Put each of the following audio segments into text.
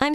I'm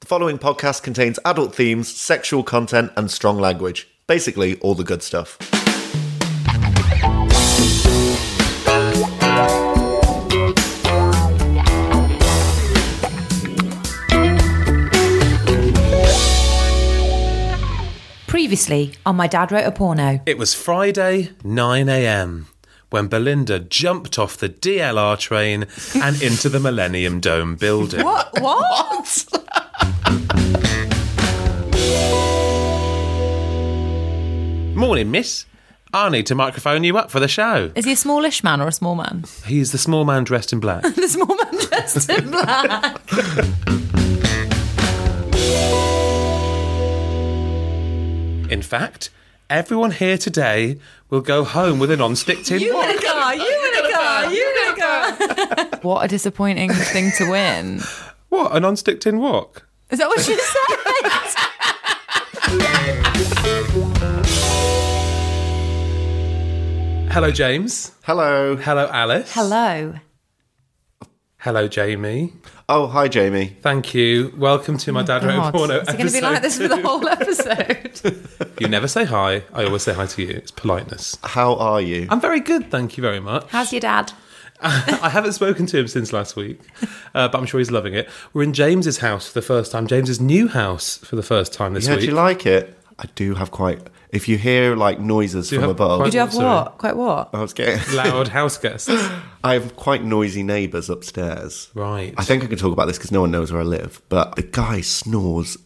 The following podcast contains adult themes, sexual content, and strong language. Basically, all the good stuff. Previously, on My Dad Wrote a Porno. It was Friday, 9am, when Belinda jumped off the DLR train and into the Millennium Dome building. What? What? Morning, miss. I need to microphone you up for the show. Is he a smallish man or a small man? He's the small man dressed in black. The small man dressed in black. In fact, everyone here today will go home with a non-stick tin You wok. in a car, you in a car, you in a car. What a disappointing thing to win. What, a non-stick tin wok? Is that what she said? Hello, James. Hello. Hello, Alice. Hello. Hello, Jamie. Oh, hi, Jamie. Thank you. Welcome to Oh, my Dad Wrote a God. Porno Is It's going to be episode like this for the whole episode. You never say hi. I always say hi to you. It's politeness. How are you? I'm very good, thank you very much. How's your dad? I haven't spoken to him since last week, uh, but I'm sure he's loving it. We're in James's house for the first time. James's new house for the first time this yeah, do week. you like it? I do have quite. If you hear like noises you from have above, quite- Do you have Sorry. what? Quite what? I was getting. Loud house guests. I have quite noisy neighbours upstairs. Right. I think I can talk about this because no one knows where I live. But the guy snores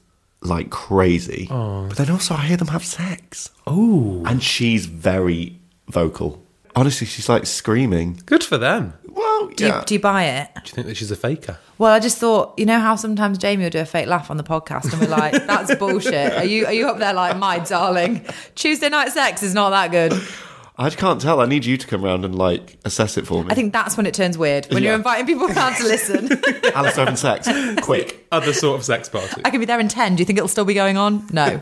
like crazy. But then also I hear them have sex. Oh, And she's very vocal. Honestly, she's like screaming. good for them. Well, Do, yeah. you, do you buy it? Do you think that she's a faker? Well, I just thought, you know how sometimes Jamie will do a fake laugh on the podcast and we're like, that's bullshit. Are you are you up there like, my darling, Tuesday night sex is not that good. I can't tell. I need you to come round and like assess it for me. I think that's when it turns weird. When Yeah. you're inviting people around to listen. Alice having sex. Quick. Other sort of sex party. I could be there in ten. Do you think it'll still be going on? No.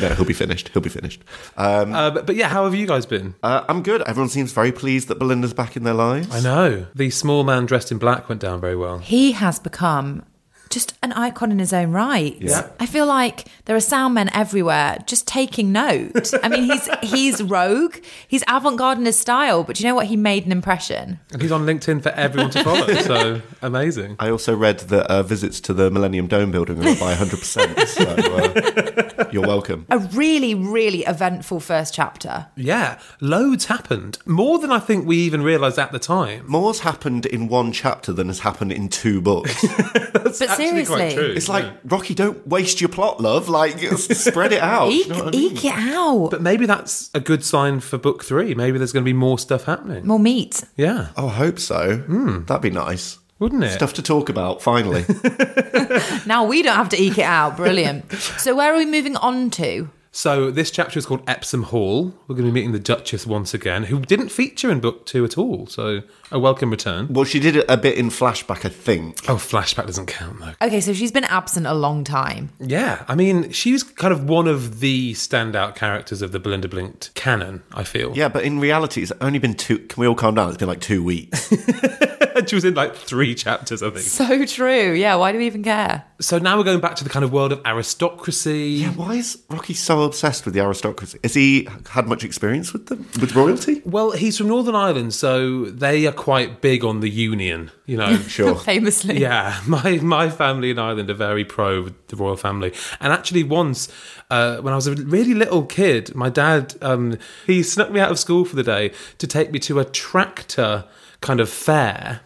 No, he'll be finished. He'll be finished. Uh, but, but yeah, how have you guys been? Uh, I'm good. Everyone seems very pleased that Belinda's back in their lives. I know. The small man dressed in black went down very well. He has become just an icon in his own right. Yeah. I feel like there are sound men everywhere just taking note. I mean, he's he's rogue. He's avant-garde in his style, but do you know what? He made an impression. And he's on LinkedIn for everyone to follow, so amazing. I also read that uh, visits to the Millennium Dome building are up by 100%. so uh, you're welcome. A really, really eventful first chapter. Yeah, loads happened. More than I think we even realised at the time. More's happened in one chapter than has happened in two books. but actually seriously, quite true. It's like, Rocky, don't waste your plot, love. Like, s- spread it out. Eke, you know what I mean? eke it out. But maybe that's a good sign for book three. Maybe there's going to be more stuff happening. More meat. Yeah, Oh, I hope so. Hmm. That'd be nice. wouldn't it? Stuff to talk about, finally. Now we don't have to eke it out. Brilliant. so where are we moving on to? So this chapter is called Epsom Hall. We're going to be meeting the Duchess once again, who didn't feature in book two at all. So a welcome return. well, she did it a bit in flashback, I think. Oh, flashback doesn't count though. Okay, so she's been absent a long time. Yeah, I mean, she's kind of one of the standout characters of the Belinda Blinked canon. I feel. Yeah, but in reality, it's only been two. Can we all calm down? It's been like two weeks. and she was in like three chapters, I think. So true. Yeah. Why do we even care? So now we're going back to the kind of world of aristocracy. yeah, why is Rocky so obsessed with the aristocracy? Has he had much experience with them, with royalty? Well, he's from Northern Ireland, so they are quite big on the union. You know, Sure. Famously. Yeah, my my family in Ireland are very pro the royal family, and actually once uh, when I was a really little kid, my dad um, he snuck me out of school for the day to take me to a tractor kind of fair,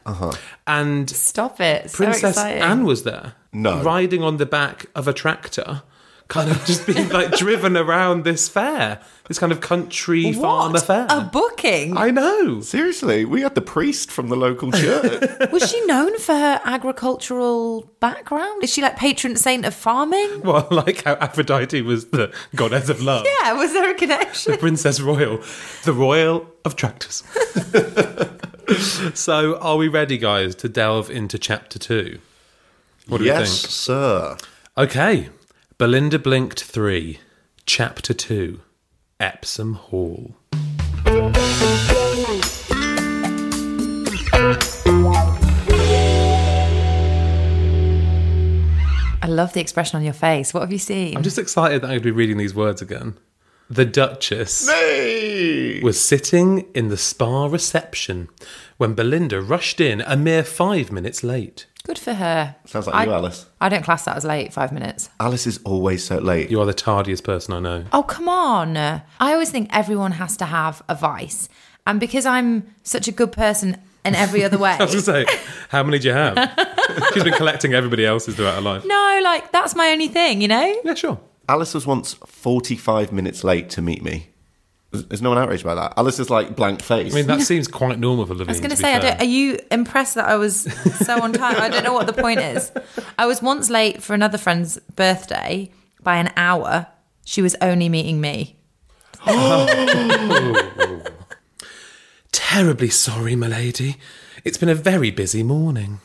and Stop it. So Princess exciting. Anne was there, No. riding on the back of a tractor. kind of just being like driven around this fair, this kind of country farmer fair. A booking. I know. Seriously, we had the priest from the local church. Was she known for her agricultural background? Is she like patron saint of farming? Well, like how Aphrodite was the goddess of love, Yeah, was there a the connection? princess royal, the royal of tractors. so, are we ready, guys, to delve into chapter two? What do we yes, think? sir. Okay. Belinda Blinked 3, Chapter 2, Epsom Hall. I love the expression on your face. What have you seen? I'm just excited that I'm going to be reading these words again. The Duchess Hey! was sitting in the spa reception when Belinda rushed in a mere five minutes late. Good for her. Sounds like I, you, Alice. I don't class that as late, five minutes. Alice is always so late. You are the tardiest person I know. Oh, come on. I always think everyone has to have a vice. And because I'm such a good person in every other way. I was going to say, how many do you have? She's been collecting everybody else's throughout her life. no, like, that's my only thing, you know? Yeah, sure. Alice was once 45 minutes late to meet me. Is is no one outraged by that? Alice is like blank face. I mean, that seems quite normal for Levine. I was going to to be say, I fair. don't, are you impressed that I was so on time? I don't know what the point is. I was once late for another friend's birthday by an hour. She was only meeting me. Terribly sorry, my lady. It's been a very busy morning.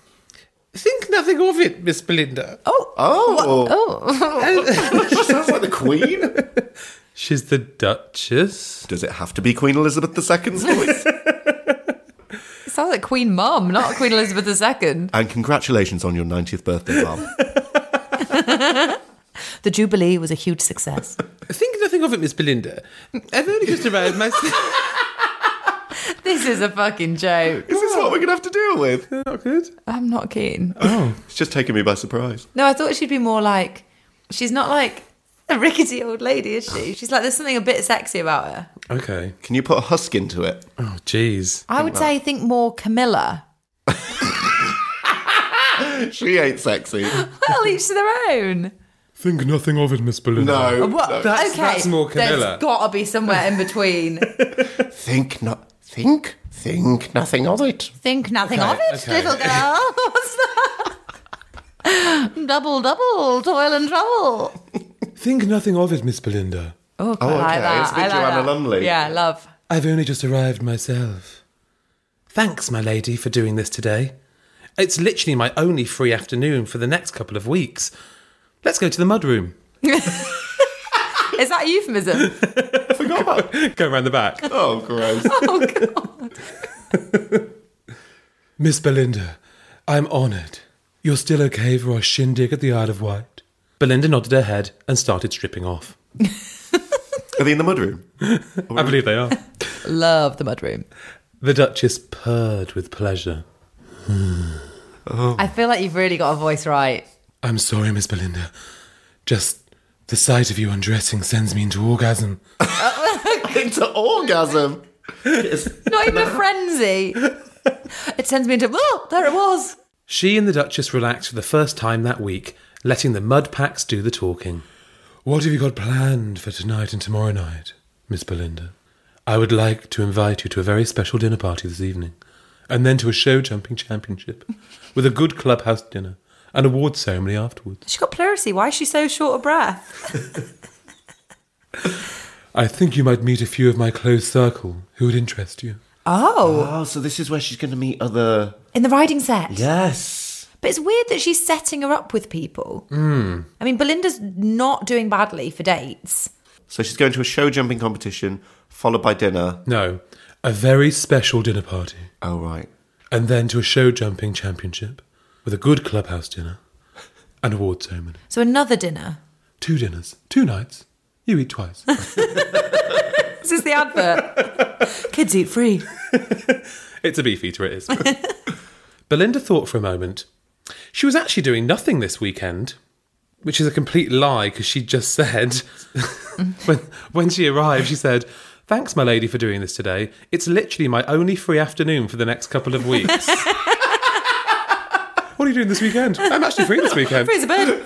Think nothing of it, Miss Belinda. oh, Oh, she sounds like the Queen. She's the Duchess. Does it have to be Queen Elizabeth II's voice? it sounds like Queen Mum, not Queen Elizabeth II. and congratulations on your 90th birthday, Mum. The Jubilee was a huge success. Think nothing of it, Miss Belinda. I've only just arrived myself. this is a fucking joke. Is this what we're going to have to deal with? Not good. I'm not keen. It's just taken me by surprise. No, I thought she'd be more like, she's not like a rickety old lady, is she? She's like, there's something a bit sexy about her. Okay. Can you put a husk into it? Oh, jeez. I would say, think more Camilla. She ain't sexy. Well, each to their own. Think nothing of it, Miss Belinda. No. no. That's- that's more Camilla. There's got to be somewhere in between. Think not. Think. Think nothing of it. Think nothing Okay, of it, okay. little girl. What's that? double, double, toil and trouble. Think nothing of it, Miss Belinda. Oh, Oh, okay. It's a bit Joanna Lumley. Yeah, love. I've only just arrived myself. Thanks, my lady, for doing this today. It's literally my only free afternoon for the next couple of weeks. Let's go to the mudroom. Is that a euphemism? I forgot about. Go round the back. Oh, gross. oh, God. Miss Belinda, I'm honoured. You're still okay for our shindig at the Isle of Wight? Belinda nodded her head and started stripping off. Are they in the mudroom? I believe they are. Love the mudroom. the Duchess purred with pleasure. I feel like you've really got a voice right. I'm sorry, Miss Belinda. Just the sight of you undressing sends me into orgasm. Into orgasm. Not even a frenzy. It sends me into, oh, there it was. She and the Duchess relaxed for the first time that week, letting the mud packs do the talking. What have you got planned for tonight and tomorrow night, Miss Belinda? I would like to invite you to a very special dinner party this evening, and then to a show jumping championship, with a good clubhouse dinner, an award ceremony afterwards. She got pleurisy. Why is she so short of breath? I think you might meet a few of my close circle who would interest you. Oh, Oh, so this is where she's going to meet other. in the riding set. Yes. But it's weird that she's setting her up with people. I mean, Belinda's not doing badly for dates. So she's going to a show jumping competition, followed by dinner. No, a very special dinner party. Oh, right. and then to a show jumping championship with a good clubhouse dinner and award ceremony. So another dinner. Two dinners, two nights. You eat twice. This is the advert. Kids eat free. it's a beef eater, it is. Belinda thought for a moment. She was actually doing nothing this weekend, which is a complete lie because she just said, when, when she arrived, she said, Thanks, my lady, for doing this today. It's literally my only free afternoon for the next couple of weeks. what are you doing this weekend? I'm actually free this weekend. Free as a bird.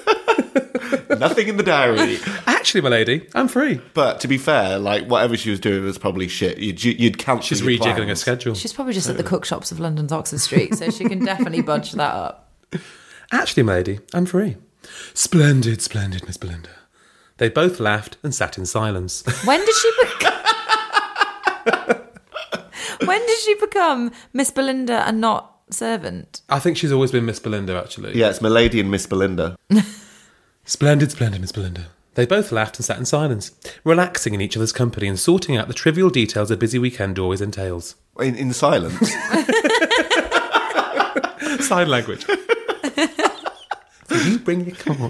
nothing in the diary. Actually, my lady, I'm free. But to be fair, like whatever she was doing was probably shit. You'd, you'd cancel. She's your rejiggling her plans. schedule. She's probably just at the cook shops of London's Oxford Street, so she can definitely budge that up. Actually, my lady, I'm free. Splendid, splendid, Miss Belinda. They both laughed and sat in silence. When did she become? when did she become Miss Belinda and not servant? I think she's always been Miss Belinda, actually. Yeah, it's Milady and Miss Belinda. Splendid, splendid, Miss Belinda. They both laughed and sat in silence, relaxing in each other's company and sorting out the trivial details a busy weekend always entails. In, in silence. Sign language. So you bring your car,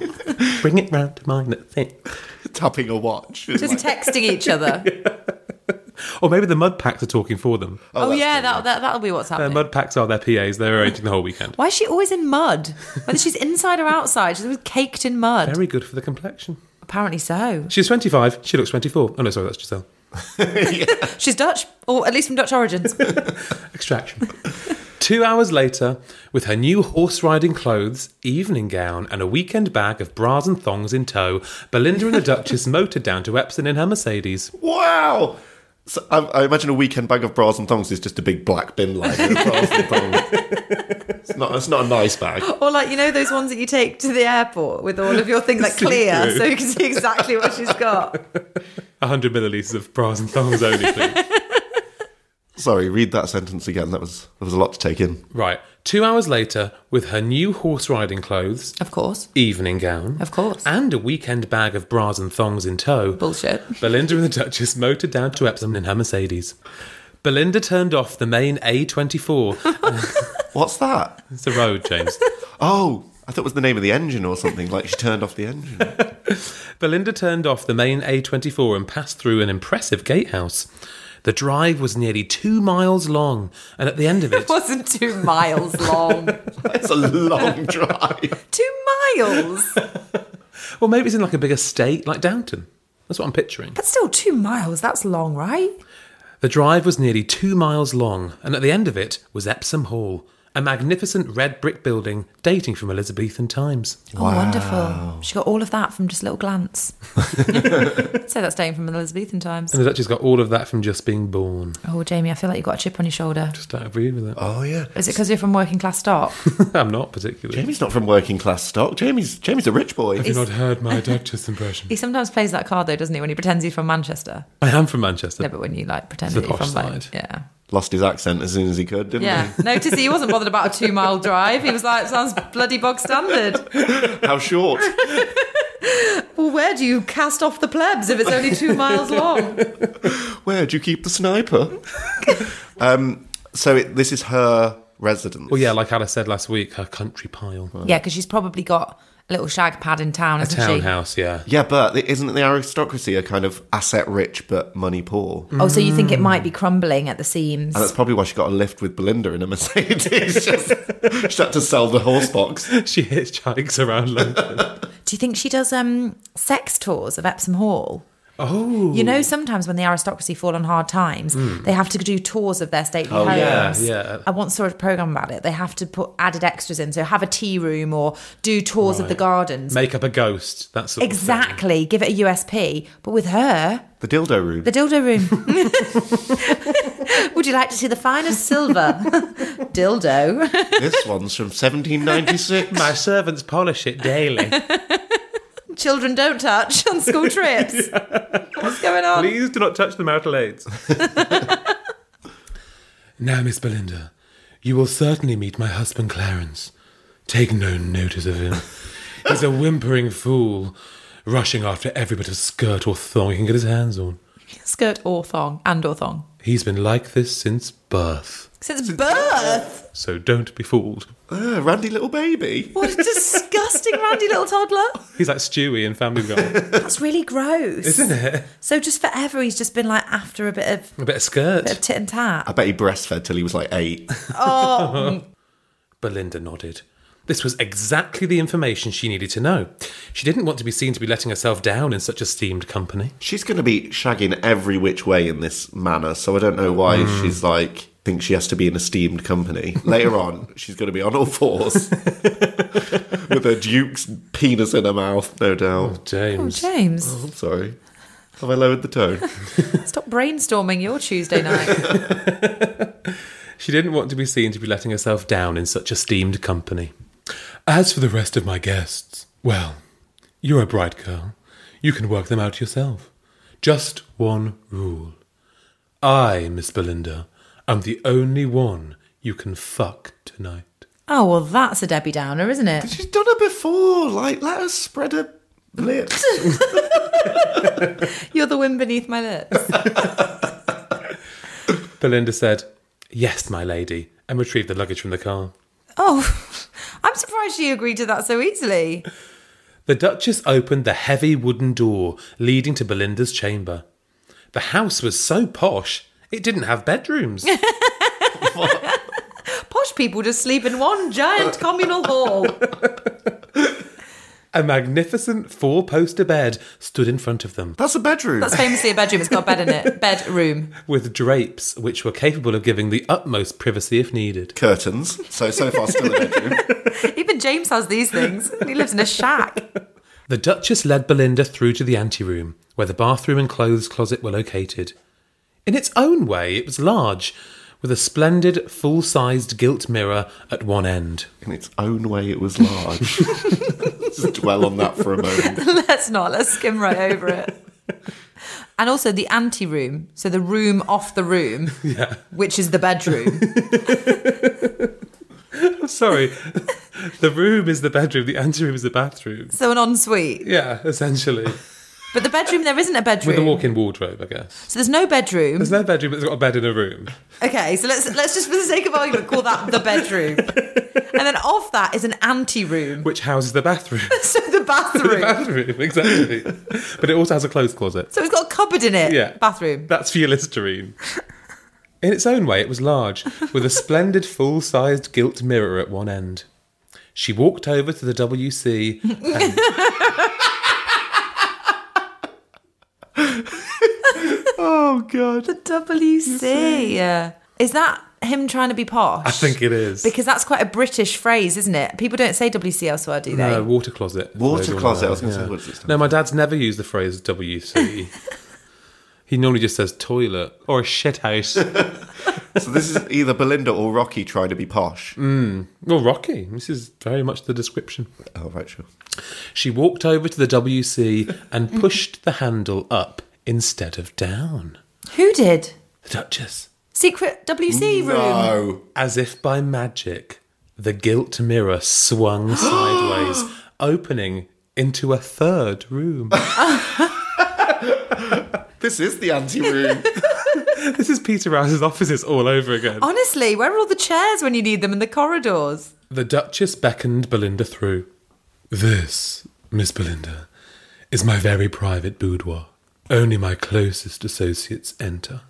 bring it round to mine at six. tapping a watch. It's Just like, texting each other. Or maybe the mud packs are talking for them. Oh, yeah, that, that that'll be what's Their happening. mud packs are their PAs. They're arranging the whole weekend. Why is she always in mud? Whether she's inside or outside, she's always caked in mud. Very good for the complexion. Apparently so. She's 25. She looks 24. Oh, no, sorry, that's Giselle. She's Dutch, or at least from Dutch origins. Extraction. Two hours later, with her new horse riding clothes, evening gown, and a weekend bag of bras and thongs in tow, Belinda and the Duchess motored down to Epsom in her Mercedes. wow. So I, I imagine a weekend bag of bras and thongs is just a big black bin liner of bras and thongs. It's not. It's not a nice bag. Or like you know those ones that you take to the airport with all of your things like clear, so you can see exactly what she's got. 100 millilitres of bras and thongs only, please. Sorry, read that sentence again. That was that was a lot to take in. Right. Two hours later, with her new horse riding clothes, Of course, evening gown, of course. and a weekend bag of bras and thongs in tow, Bullshit. Belinda and the Duchess motored down to Epsom in her Mercedes. Belinda turned off the main A24. What's that? It's a road, James. Oh, I thought it was the name of the engine or something. Like she turned off the engine. Belinda turned off the main A24 and passed through an impressive gatehouse. The drive was nearly two miles long, and at the end of it, Wasn't two miles long. It's a long drive. two miles, well, maybe it's in like a big estate like Downton. That's what I'm picturing. but still two miles. That's long, right? The drive was nearly two miles long, and at the end of it was Epsom Hall, a magnificent red brick building dating from Elizabethan times. Oh, wonderful. She got all of that from just a little glance. so that's dating from Elizabethan times. And the Duchess got all of that from just being born. Oh, Jamie, I feel like you got a chip on your shoulder. Just don't agree with that. Oh yeah. Is it because you're from working class stock? I'm not particularly. Jamie's not from working class stock. Jamie's Jamie's a rich boy. Have you not heard my Duchess impression? he sometimes plays that card though, doesn't he? When he pretends he's from Manchester. I am from Manchester. No, but when you like pretend The that you're posh from like, side. yeah, Lost his accent as soon as he could, didn't yeah. Notice he wasn't bothered about a two mile drive. He was like, sounds bloody bog standard. he? How short? Well, where do you cast off the plebs if it's only two miles long? Where do you keep the sniper? um, so it, this is her residence. Well, Oh, yeah, like Alice said last week, her country pile. Yeah, because she's probably got a little shag pad in town, A hasn't she? townhouse, yeah. Yeah, but isn't the aristocracy a kind of asset rich but money poor? Oh, so you think it might be crumbling at the seams? And that's probably why she got a lift with Belinda in a Mercedes. Just- she had to sell the horse box. She hitchhikes around London. Do you think she does um, sex tours of Epsom Hall? oh. Hmm. You know, sometimes when the aristocracy fall on hard times, they have to do tours of their stately homes. Oh, yeah, yeah. I once saw a program about it. They have to put added extras in, so have a tea room or do tours of the gardens. Make up a ghost. That's sort of thing. exactly, give it a USP. But with her, The dildo room. the dildo room. Would you like to see the finest silver dildo? this one's from 1796. My servants polish it daily. Children don't touch on school trips. What's going on? Please do not touch the marital aids. now, Miss Belinda, you will certainly meet my husband Clarence. Take no notice of him. He's a whimpering fool, rushing after every bit of skirt or thong he can get his hands on. Skirt or thong and or thong. He's been like this since birth, Since birth. so don't be fooled. Ah, randy little baby. What a disgusting randy little toddler. He's like Stewie in Family Guy. That's really gross. Isn't it? So just forever he's just been like after a bit of, a bit of bit of skirt. tit and I tat. bet he breastfed till he was like eight. Belinda nodded. This was exactly the information she needed to know. She didn't want to be seen to be letting herself down in such esteemed company. She's going to be shagging every which way in this manner, so I don't know why she's like thinks she has to be in esteemed company. Later on, she's going to be on all fours with the Duke's penis in her mouth, no doubt. James. Oh, James, I'm sorry. Have I lowered the tone? stop brainstorming your Tuesday night. She didn't want to be seen to be letting herself down in such esteemed company. As for the rest of my guests, well, you're a bright girl. You can work them out yourself. Just one rule. I, Miss Belinda, am the only one you can fuck tonight. oh well, that's a Debbie Downer, isn't it? She's done it before. Like, let us spread her lips. You're the wind beneath my lips. Belinda said, Yes, my lady, and retrieved the luggage from the car. oh, I'm surprised she agreed to that so easily. The Duchess opened the heavy wooden door leading to Belinda's chamber. The house was so posh, it didn't have bedrooms. Posh people just sleep in one giant communal hall. a magnificent four poster bed stood in front of them, That's a bedroom. That's famously a bedroom. It's got a bed in it. Bedroom. with drapes which were capable of giving the utmost privacy if needed. Curtains. So, so far, still a bedroom. Even James has these things. He lives in a shack. The Duchess led Belinda through to the anteroom, where the bathroom and clothes closet were located. In its own way, it was large, with a splendid full sized gilt mirror at one end. In its own way, it was large. Just dwell on that for a moment. Let's not. Let's skim right over it. And also the ante room, so the room off the room, which is the bedroom. Sorry. the room is the bedroom, the anteroom is the bathroom. So an ensuite. Yeah, essentially. But the bedroom, there isn't a With a bedroom. walk in wardrobe, I guess. so there's no bedroom. There's no bedroom, but it's got a bed in a room. Okay, so let's let's just for the sake of argument call that the bedroom. And then off that is an ante room. Which houses the bathroom. So the the bathroom. bathroom, exactly. but it also has a clothes closet. So it's got a cupboard in it. Yeah. Bathroom. That's for your Listerine. In its own way, it was large, with a splendid full sized gilt mirror at one end. She walked over to the WC and Oh, God. The WC. Yeah. Is that him trying to be posh? I think it is. Because that's quite a British phrase, isn't it? People don't say WC elsewhere, do they? no, water closet. Water Those closet, are- I was gonna say, what does it stand No, my dad's never used the phrase WC. he normally just says toilet or a shit house. So, this is either Belinda or Rocky trying to be posh. Well, Rocky, this is very much the description. Oh, right, sure. She walked over to the WC and pushed the handle up instead of down. Who did? The Duchess. Secret WC room. No. As if by magic, the gilt mirror swung sideways, opening into a third room. This is the ante room. this is Peter Rouse's offices all over again. Honestly, where are all the chairs when you need them in the corridors? The Duchess beckoned Belinda through. This, Miss Belinda, is my very private boudoir. Only my closest associates enter.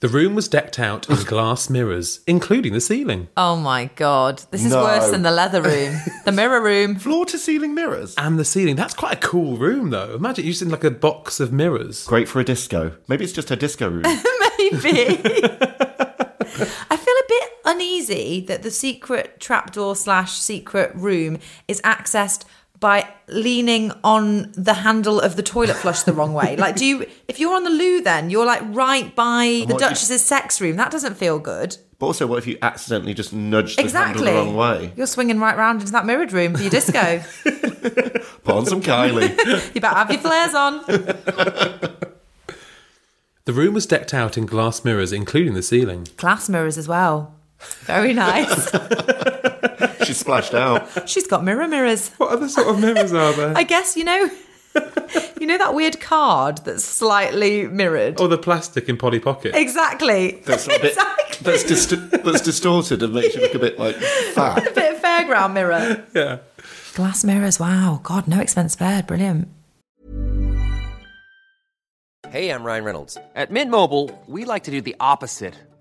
The room was decked out in glass mirrors, including the ceiling. Oh my god. This is No. worse than the leather room. The mirror room. Floor to ceiling mirrors. And the ceiling. That's quite a cool room, though. Imagine you're just in like a box of mirrors. Great for a disco. Maybe it's just her disco room. Maybe. I feel a bit uneasy that the secret trapdoor slash secret room is accessed by leaning on the handle of the toilet flush the wrong way. Like, do you, if you're on the loo, then you're like right by the what you- Duchess's sex room. That doesn't feel good. But also, what if you accidentally just nudged the Exactly. handle the wrong way? You're swinging right round into that mirrored room for your disco. Put on some Kylie. you better have your flares on. The room was decked out in glass mirrors, including the ceiling. Glass mirrors as well. Very nice. she splashed out. She's got mirror mirrors. What other sort of mirrors are there? I guess you know, you know that weird card that's slightly mirrored. Or the plastic in Polly Pocket. Exactly. Oh, That's a bit- exactly. That's, dist- that's distorted and makes you look a bit like fat. a bit of fairground mirror. Yeah. Glass mirrors. Wow. God, no expense spared. Brilliant. Hey, I'm Ryan Reynolds. At Mint Mobile, we like to do the opposite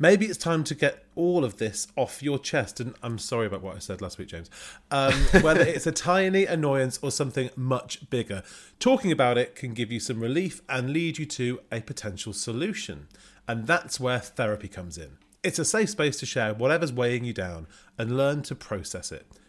Maybe it's time to get all of this off your chest. And I'm sorry about what I said last week, James. Um, whether it's a tiny annoyance or something much bigger, talking about it can give you some relief and lead you to a potential solution. And that's where therapy comes in. It's a safe space to share whatever's weighing you down and learn to process it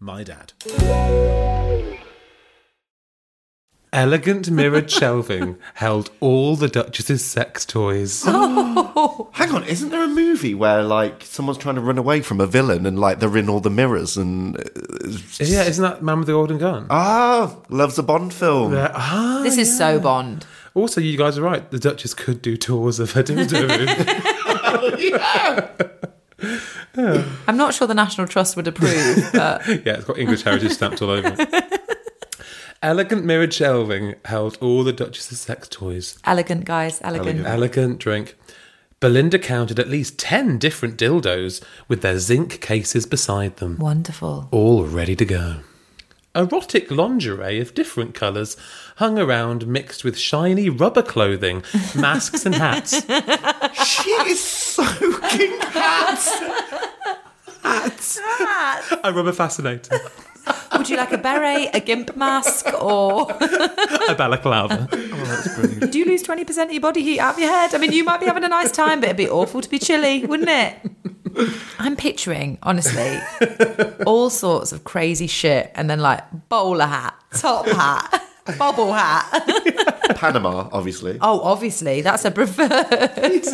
mydad. Elegant mirrored shelving held all the Duchess's sex toys. Hang on, isn't there a movie where like someone's trying to run away from a villain and like they're in all the mirrors and yeah, isn't that Man with the Golden Gun? ah, loves a Bond film? Yeah, Oh, ah. This is so Bond. Also, you guys are right. The Duchess could do tours of her dildo. I'm not sure the National Trust would approve, but yeah, it's got English heritage stamped all over. it. Elegant mirrored shelving held all the Duchess's sex toys. elegant guys, elegant. Elegant drink. Belinda counted at least 10 different dildos with their zinc cases beside them, Wonderful. all ready to go. Erotic lingerie of different colours hung around, mixed with shiny rubber clothing, masks, and hats. She is soaking hats. A rubber fascinator, Would you like a beret, a gimp mask, or a balaclava. do you lose 20% of your body heat out of your head? I mean, you might be having a nice time, but it'd be awful to be chilly, wouldn't it? I'm picturing, honestly, all sorts of crazy shit and then like bowler hat, top hat, bobble hat. Panama, obviously. Oh, obviously, that's a preferred.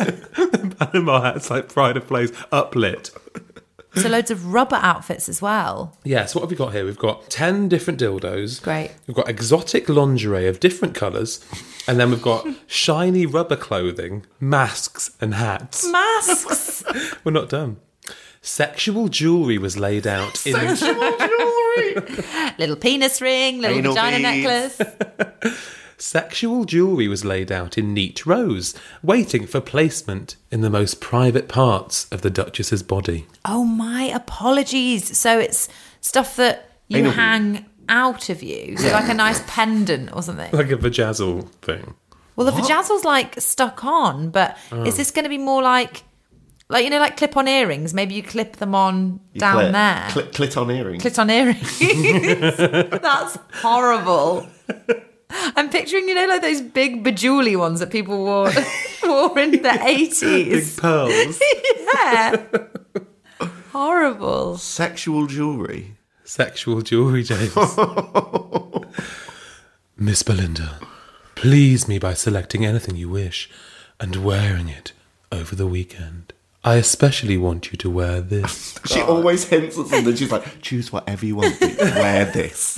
Panama hats like pride of place, uplit. So loads of rubber outfits as well. Yeah, so what have we got here? We've got 10 different dildos. Great. We've got exotic lingerie of different colours. And then we've got shiny rubber clothing, masks, and hats. Masks. We're not done. Sexual jewellery was laid out in little penis ring, little Anal vagina beads. necklace. sexual jewellery was laid out in neat rows, waiting for placement in the most private parts of the Duchess's body. Oh, my apologies. So it's stuff that you Anal bead. hang out of you. So like a nice pendant or something. Like a vajazzle thing. Well, the vajazzle's like stuck on, but is this going to be more like, like, you know, like clip on earrings? Maybe you clip them on You down clit. there. Clit, clit on earring. Clit on earrings. That's horrible. I'm picturing, you know, like those big bejewelly ones that people wore wore in the eighties. Pearls. yeah. Horrible. Sexual jewellery. sexual jewellery, James. Miss Belinda, please me by selecting anything you wish and wearing it over the weekend. I especially want you to wear this. She always hints at something. She's like, choose whatever you want. but Wear this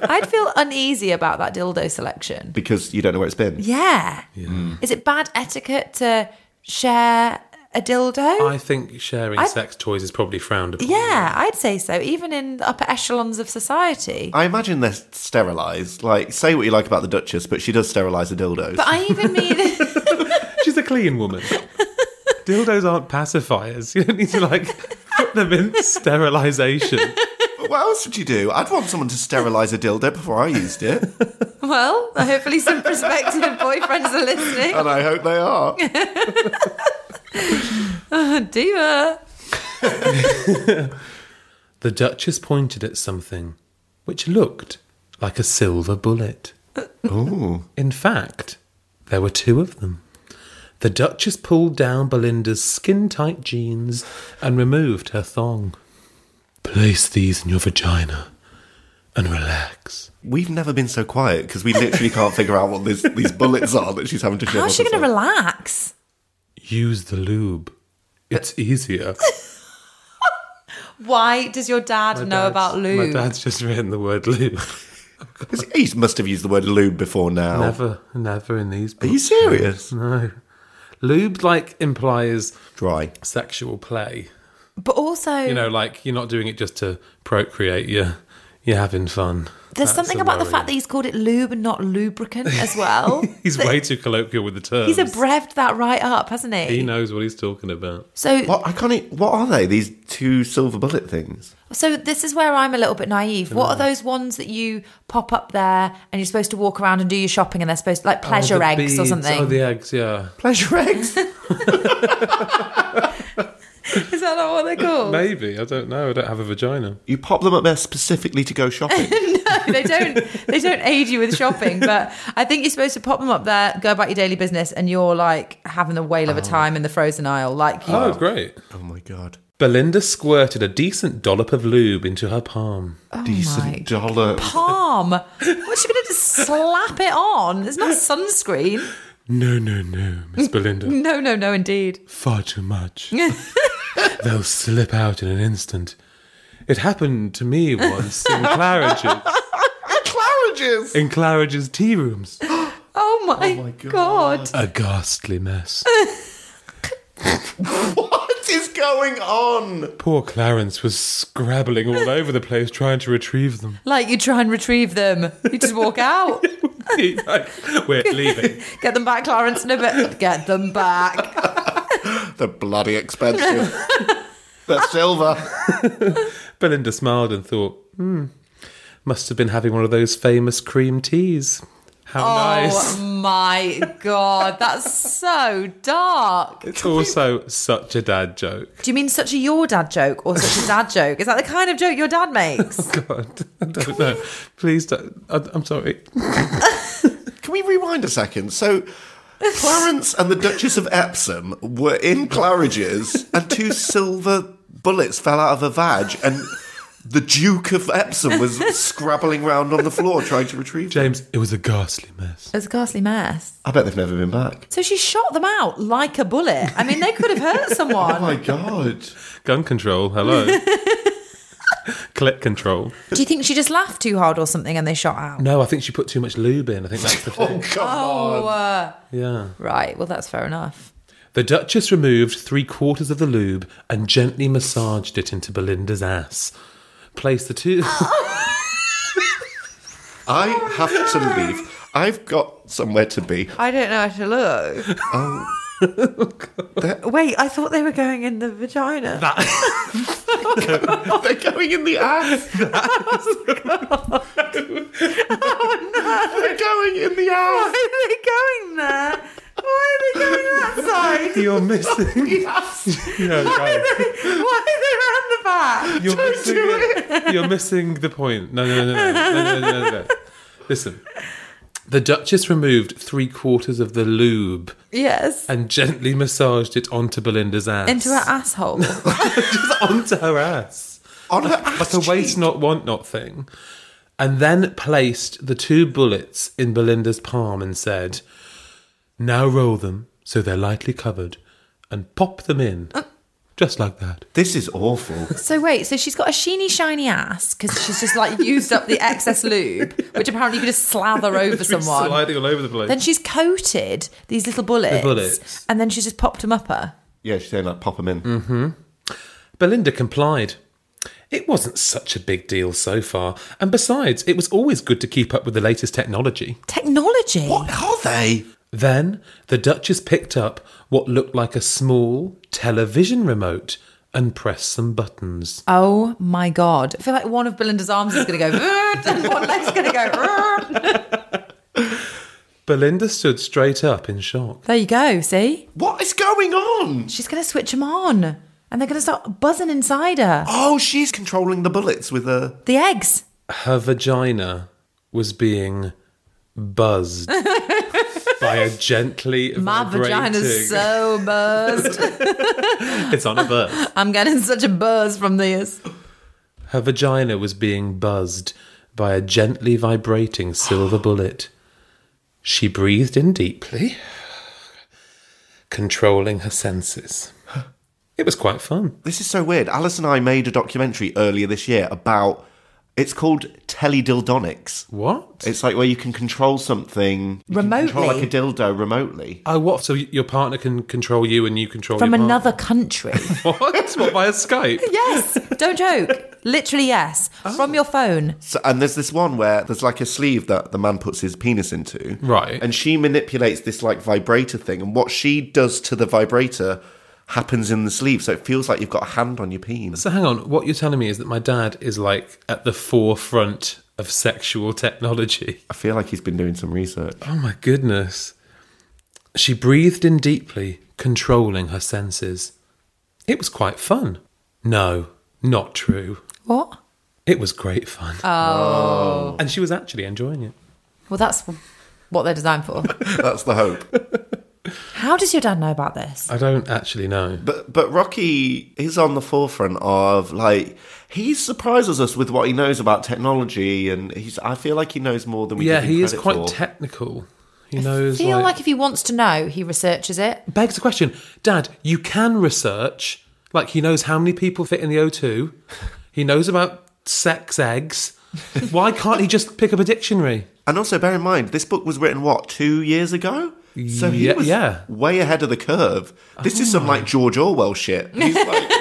I'd feel uneasy about that dildo selection. because you don't know where it's been. Yeah. Is it bad etiquette to share a dildo? I think sharing sex toys is probably frowned upon. yeah, I'd say so. Even in the upper echelons of society. I imagine they're sterilized. Like, say what you like about the Duchess, but she does sterilize the dildos. but I even mean. She's a clean woman. Dildos aren't pacifiers. You don't need to like put them in sterilisation. what else would you do? I'd want someone to sterilize a dildo before I used it, Well, hopefully some prospective boyfriends are listening. and I hope they are. Oh. Dear. The Duchess pointed at something which looked like a silver bullet. Ooh. In fact, there were two of them. The Duchess pulled down Belinda's skin tight jeans and removed her thong. Place these in your vagina and relax. We've never been so quiet because we literally can't figure out what this, these bullets are that she's having to shove. How's she up going to herself. relax? Use the lube. It's easier. Why does your dad know Dad's- about lube? My dad's just written the word lube. 'Cause He must have used the word lube before now. Never, never in these Are books. you serious? Mm. No. Lube, like, implies Dry. sexual play. But also, You know, like, you're not doing it just to procreate, you're, you're having fun. there's That's something a about the worry. fact that he's called it lube and not lubricant as well. He's That- way too colloquial with the terms. He's abreved that right up, hasn't he? He knows what he's talking about. So, What I can't. e- What are they? These two silver bullet things? so this is where I'm a little bit naive. What are those ones that you pop up there and you're supposed to walk around and do your shopping and they're supposed to, like pleasure Oh, the eggs or beads. something? Oh, the eggs, yeah. Pleasure eggs. is that not what they're called? Maybe. I don't know. I don't have a vagina. you pop them up there specifically to go shopping. they don't they don't aid you with shopping but i think you're supposed to pop them up there go about your daily business and you're like having the whale of a time in the frozen aisle like you, Oh, great. oh my god. Belinda squirted a decent dollop of lube into her palm. Decent dollar. palm what's she gonna just slap it on it's not sunscreen No, no, no, Miss Belinda. no no no indeed Far too much. They'll slip out in an instant. It happened to me once in Claridge's, Claridge's. in Claridge's tea rooms. oh my, god. A ghastly mess. What is going on? Poor Clarence was scrabbling all over the place trying to retrieve them. like you try and retrieve them you just walk out He, like, We're leaving. get them back clarence in a bit get them back They're bloody expensive. They're silver. Belinda smiled and thought, hmm, must have been having one of those famous cream teas. How nice. oh my god that's so dark It's also such a dad joke. Do you mean such a your dad joke or such a dad joke? Is that the kind of joke your dad makes? God, I don't know. Please don't. I, I'm sorry. Can we rewind a second? So, Clarence and the Duchess of Epsom were in Claridge's, and two silver bullets fell out of her vag, and the Duke of Epsom was scrabbling round on the floor trying to retrieve them. James, it was a ghastly mess. It's a ghastly mess. I bet they've never been back. So she shot them out like a bullet. I mean, they could have hurt Oh someone. my god. Gun control, hello. Click control. Do you think she just laughed too hard or something and they shot out? No, I think she put too much lube in. I think that's the Oh, thing. come on. Yeah. Right. Well, that's fair enough. The Duchess removed three quarters of the lube and gently massaged it into Belinda's ass. Place the two. I have to leave. I've got somewhere to be. I don't know how to look. Wait, I thought they were going in the vagina. They're going in the ass. Oh, They're going in the ass. Why are they going there? Why are they going that side? You're missing. Yeah, right. Why are they round the back? You're missing it. You're missing the point. No, no, no, no, no, no, no, no, no. Listen. The Duchess removed three quarters of the lube Yes. and gently massaged it onto Belinda's ass. Into her asshole. Just onto her ass. On her Like ass a waste cheek. not want not thing. And then placed the two bullets in Belinda's palm and said, Now roll them so they're lightly covered and pop them in. Uh. Just like that. This is awful. So wait, so she's got a sheeny shiny ass because she's just like used up the excess lube, which apparently you could just slather over someone. Sliding all over the place. Then she's coated these little bullets, bullets. and then she's just popped them up her. Yeah, she's saying like pop them in. Belinda complied. It wasn't such a big deal so far, and besides, it was always good to keep up with the latest technology. Technology. What are they? Then, the Duchess picked up what looked like a small television remote and pressed some buttons. Oh my god! I feel like one of Belinda's arms is going to go, "Vroom," and one leg's going to go. "Vroom." Belinda stood straight up in shock. There you go. See, What is going on? she's going to switch them on, and they're going to start buzzing inside her. Oh, she's controlling the bullets with a. The eggs. Her vagina was being buzzed. by a gently My vagina's uh, so buzzed. It's on a buzz. I'm getting such a buzz from this. Her vagina was being buzzed by a gently vibrating silver bullet. She breathed in deeply, controlling her senses. It was quite fun. This is so weird. Alice and I made a documentary earlier this year about. It's called teledildonics. What? It's like where you can control something you can control Remotely? like a dildo remotely. Oh, what? So your partner can control you and you control From your partner? another country. What? What, via Skype? yes. Don't joke. Literally, yes. Oh. From your phone. So, and there's this one where there's like a sleeve that the man puts his penis into. Right. And she manipulates this like vibrator thing, and what she does to the vibrator happens in the sleeve, so it feels like you've got a hand on your penis. So hang on, what you're telling me is that my dad is like at the forefront of sexual technology. I feel like he's been doing some research. Oh my goodness. She breathed in deeply, controlling her senses. It was quite fun. No, not true. What? It was great fun. Oh. And she was actually enjoying it. Well, that's what they're designed for. That's the hope. How does your dad know about this? I don't actually know. But but Rocky is on the forefront of like he surprises us with what he knows about technology, and he's I feel like he knows more than we. yeah, give him he is credit quite for. technical. He knows. feel like, like if he wants to know, he researches it. begs the question, Dad, you can research. Like he knows how many people fit in the O2. He knows about sex eggs. Why can't he just pick up a dictionary? And also bear in mind, this book was written what two years ago, so he Ye- was yeah. Oh. way ahead of the curve. This is some like George Orwell shit. He's like,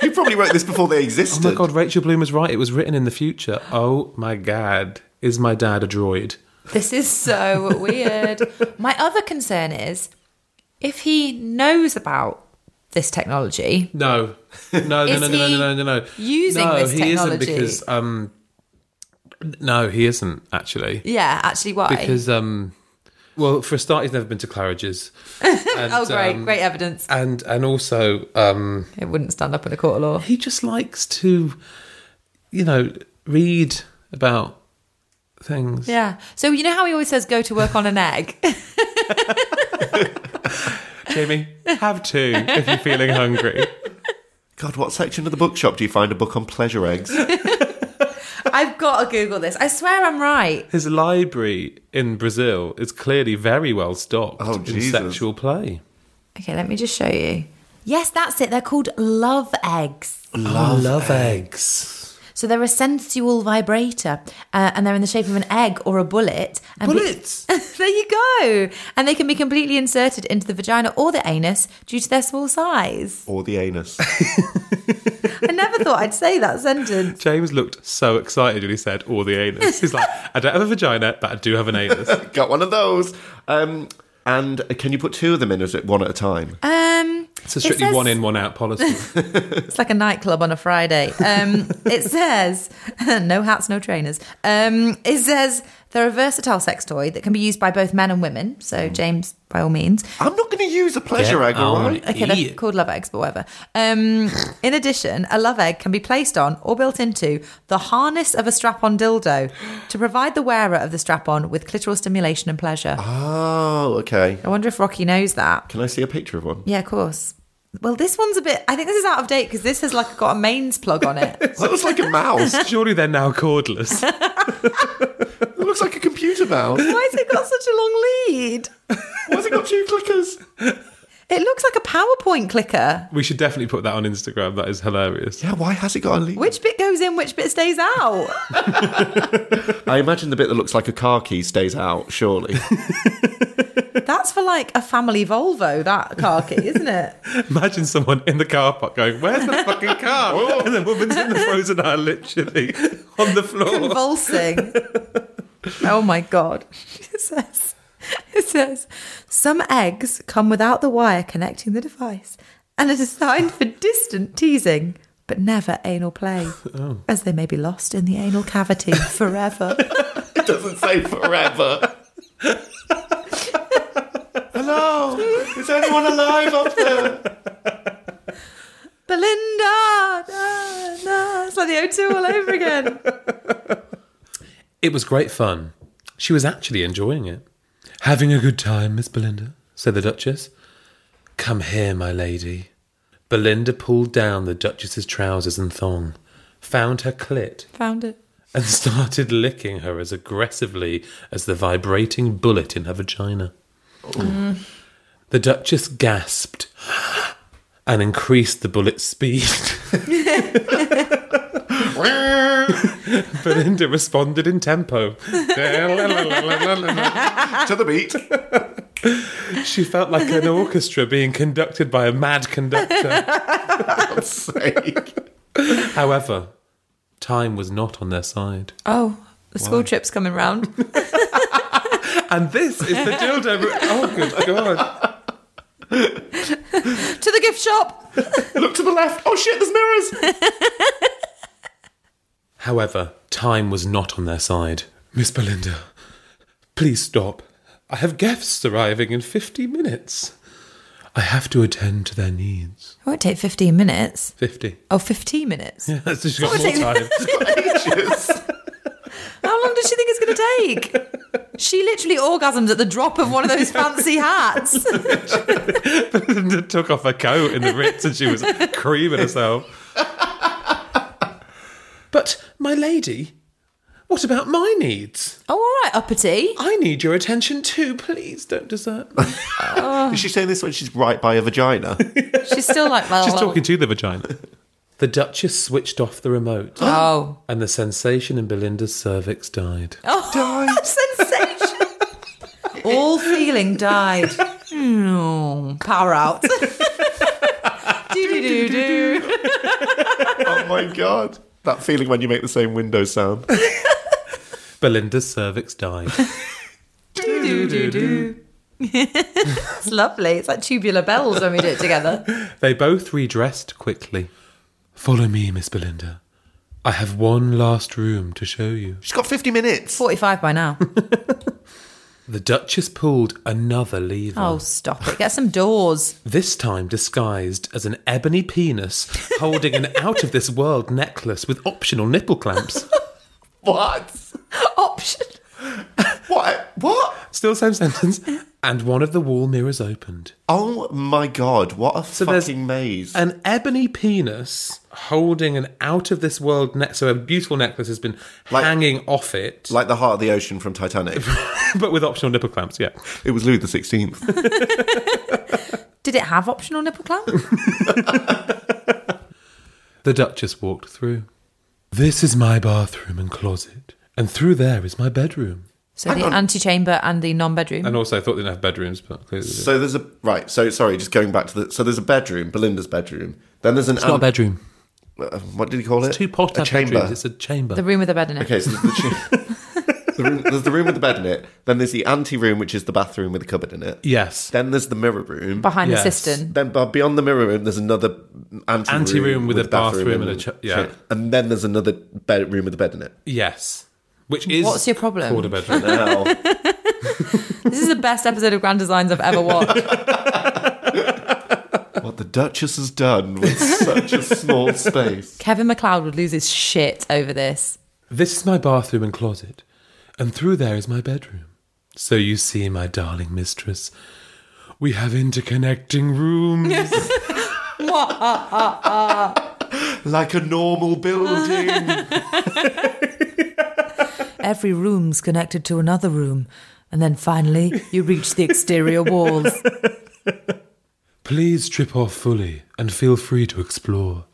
he probably wrote this before they Oh existed. my god, Rachel Bloom is right. It was written in the future. Oh my god. Is my dad a droid? This is so weird. My other concern is if he knows about this technology, No. No, no, no, Is no, no, he no, no, no. using no, this he technology? isn't because um no, he isn't actually. yeah, actually, why? Because um well, for a start he's never been to Claridge's. And, oh, great, um, great evidence. And and also um It wouldn't stand up in a court of law. he just likes to you know read about things. Yeah. So you know how he always says, "Go to work on an egg." Jamie, have two if you're feeling hungry. God, what section of the bookshop do you find a book on pleasure eggs? I've got to Google this. I swear I'm right. His library in Brazil is clearly very well stocked Oh, in Jesus. sexual play. Okay, let me just show you. Yes, that's it. They're called love eggs. Oh, Love, eggs. So they're a sensual vibrator, uh, and they're in the shape of an egg or a bullet. And be- Bullets. there you go. And they can be completely inserted into the vagina or the anus due to their small size. or the anus? I never thought I'd say that sentence. James looked so excited when he said, "Or the anus." He's like, "I don't have a vagina, but I do have an anus." Got one of those. Um, and can you put two of them in, or is it one at a time? Um, It's a strictly says- one in, one out policy. It's like a nightclub on a Friday. Um, it says, no hats, no trainers. Um, it says they're a versatile sex toy that can be used by both men and women. So, James, by all means. I'm not going to use a pleasure Get egg, all on right? it. Okay, they're Eat. called love eggs, but whatever. Um, in addition, a love egg can be placed on or built into the harness of a strap on dildo to provide the wearer of the strap on with clitoral stimulation and pleasure. Oh, okay. I wonder if Rocky knows that. Can I see a picture of one? Yeah, of course. Well, this one's a bit. I think this is out of date because this has like got a mains plug on it. It looks like a mouse. It Surely they're now cordless. looks like a computer mouse. Why has it got such a long lead? Why's it got two clickers? It looks like a PowerPoint clicker. We should definitely put that on Instagram. That is hilarious. Yeah, why has it got a leak? Which bit goes in, which bit stays out? I imagine the bit that looks like a car key stays out, surely. That's for like a family Volvo, that car key, isn't it? Imagine someone in the car park going, "Where's the fucking car?" and the woman's in the frozen aisle, literally on the floor. Convulsing. Oh my God. It says, it says, some eggs come without the wire connecting the device and are designed for distant teasing, but never anal play, as they may be lost in the anal cavity forever. it doesn't say forever. Hello? Is anyone alive up there? Belinda! No, no. It's like the O2 all over again. It was great fun. She was actually enjoying it. Having a good time, Miss Belinda, said the Duchess. Come here, my lady. Belinda pulled down the Duchess's trousers and thong, found her clit, Found it. and started licking her as aggressively as the vibrating bullet in her vagina. Oh. The Duchess gasped and increased the bullet's speed. Belinda responded in tempo. to the beat. She felt like an orchestra being conducted by a mad conductor. God's sake. However, time was not on their side. Oh, the school trip's coming round. And this is the dildo. ru- Oh, good God. to the gift shop. Look to the left. Oh shit, there's mirrors. However, time was not on their side. Miss Belinda, please stop. I have guests arriving in 50 minutes. I have to attend to their needs. It won't take 15 minutes. 50. Oh, 15 minutes. Yeah, so she's got more time. How long does she think it's going to take? She literally orgasms at the drop of one of those fancy hats. Belinda took off her coat in the Ritz and she was creaming herself. But, my lady, what about my needs? Oh, all right, uppity. I need your attention too. Please don't desert me. Is she saying this when she's right by a vagina? She's still like, Oh, well, She's talking to the vagina. The Duchess switched off the remote. oh, and the sensation in Belinda's cervix died. oh, sensation. all feeling died. Hmm, Power out. do do do do. oh my god. That feeling when you make the same window sound. Belinda's cervix died. Do do do. it's lovely. It's like tubular bells when we do it together. they both redressed quickly. Follow me, Miss Belinda. I have one last room to show you. She's got 50 minutes. 45 by now. The Duchess pulled another lever, Oh, stop it. Get some doors. this time disguised as an ebony penis holding an out of this world necklace with optional nipple clamps. What? Option. What? What? Still same sentence. And one of the wall mirrors opened. Oh my god, what a there's fucking maze. An ebony penis holding an out of this world neck. So a beautiful necklace has been Like- hanging off it, like the heart of the ocean from Titanic. but with optional nipple clamps. Yeah. it was Louis the 16th. Did it have optional nipple clamp? The Duchess walked through. This is my bathroom and closet, and through there is my bedroom. So the antechamber and the non-bedroom. And also, I thought they didn't have bedrooms, but clearly they so there's a right, so sorry, just going back to the so there's a bedroom, Belinda's bedroom. Then there's an It's not a am- bedroom. uh, what did he call It's it? two pot um, a chamber. bedrooms. It's a chamber. the room with a bed in it. Okay, so there's the, ch- the room, there's the room with the bed in it. Then there's the ante room, which is the bathroom with the cupboard in it. yes. Then there's the mirror room. Behind Yes. the cistern. Then bu- beyond the mirror room, there's another ante Ante room with a bathroom in and a it. ch- yeah. And then there's another bed room with a bed in it. Yes. Which is What's your called a problem? bedroom. Now, This is the best episode of Grand Designs I've ever watched. what the Duchess has done with such a small space. Kevin McLeod would lose his shit over this. This is my bathroom and closet, and through there is my bedroom. So you see, my darling mistress, we have interconnecting rooms. Like a normal building. Every room's connected to another room. And then finally, you reach the exterior walls. Please strip off fully and feel free to explore.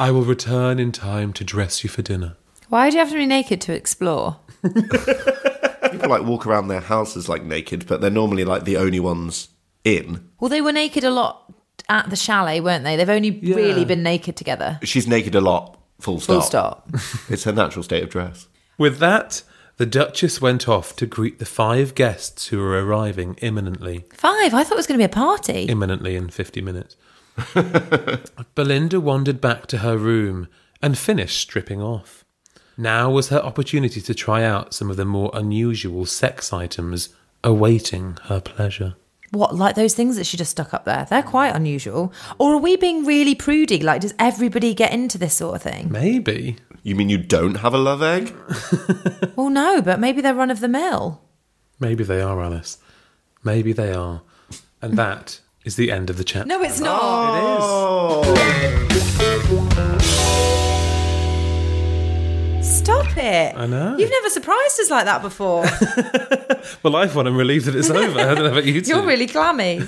I will return in time to dress you for dinner. Why do you have to be naked to explore? People like walk around their houses like naked, but they're normally like the only ones in. Well, they were naked a lot at the chalet, weren't they? They've only really been naked together. She's naked a lot. Full stop. Full stop. It's her natural state of dress. With that, the Duchess went off to greet the five guests who were arriving imminently. Five. I thought it was going to be a party. Imminently in 50 minutes. Belinda wandered back to her room and finished stripping off. Now was her opportunity to try out some of the more unusual sex items awaiting her pleasure. What, like those things that she just stuck up there? They're quite unusual. Or are we being really prudy? Like, does everybody get into this sort of thing? Maybe. You mean you don't have a love egg? Well, no, but maybe they're run of the mill. Maybe they are, Alice. Maybe they are. And that is the end of the chat. No, it's not. Stop it. I know. You've never surprised us like that before. Well, I've won. I'm relieved that it's over. I don't know about you two. You're really glammy.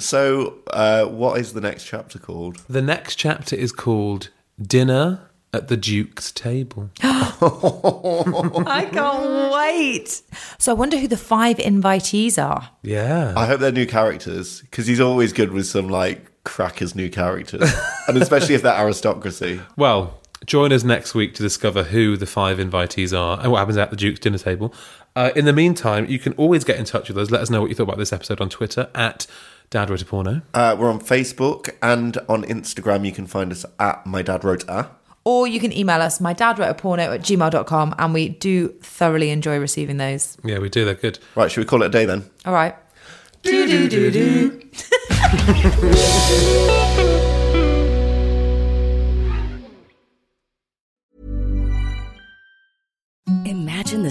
So, uh, what is the next chapter called? The next chapter is called Dinner at the Duke's Table. I can't wait. So I wonder who the five invitees are. Yeah. I hope they're new characters because he's always good with some like crackers new characters, and especially if they're aristocracy. Well, join us next week to discover who the five invitees are and what happens at the Duke's dinner table. Uh, in the meantime, you can always get in touch with us. Let us know what you thought about this episode on Twitter at Dad Wrote a Porno. Uh, we're on Facebook and on Instagram. You can find us at My Dad Wrote A. Or you can email us, my dad wrote a porno at gmail.com, and we do thoroughly enjoy receiving those. Yeah, we do. They're good. Right, should we call it a day then? All right. Imagine the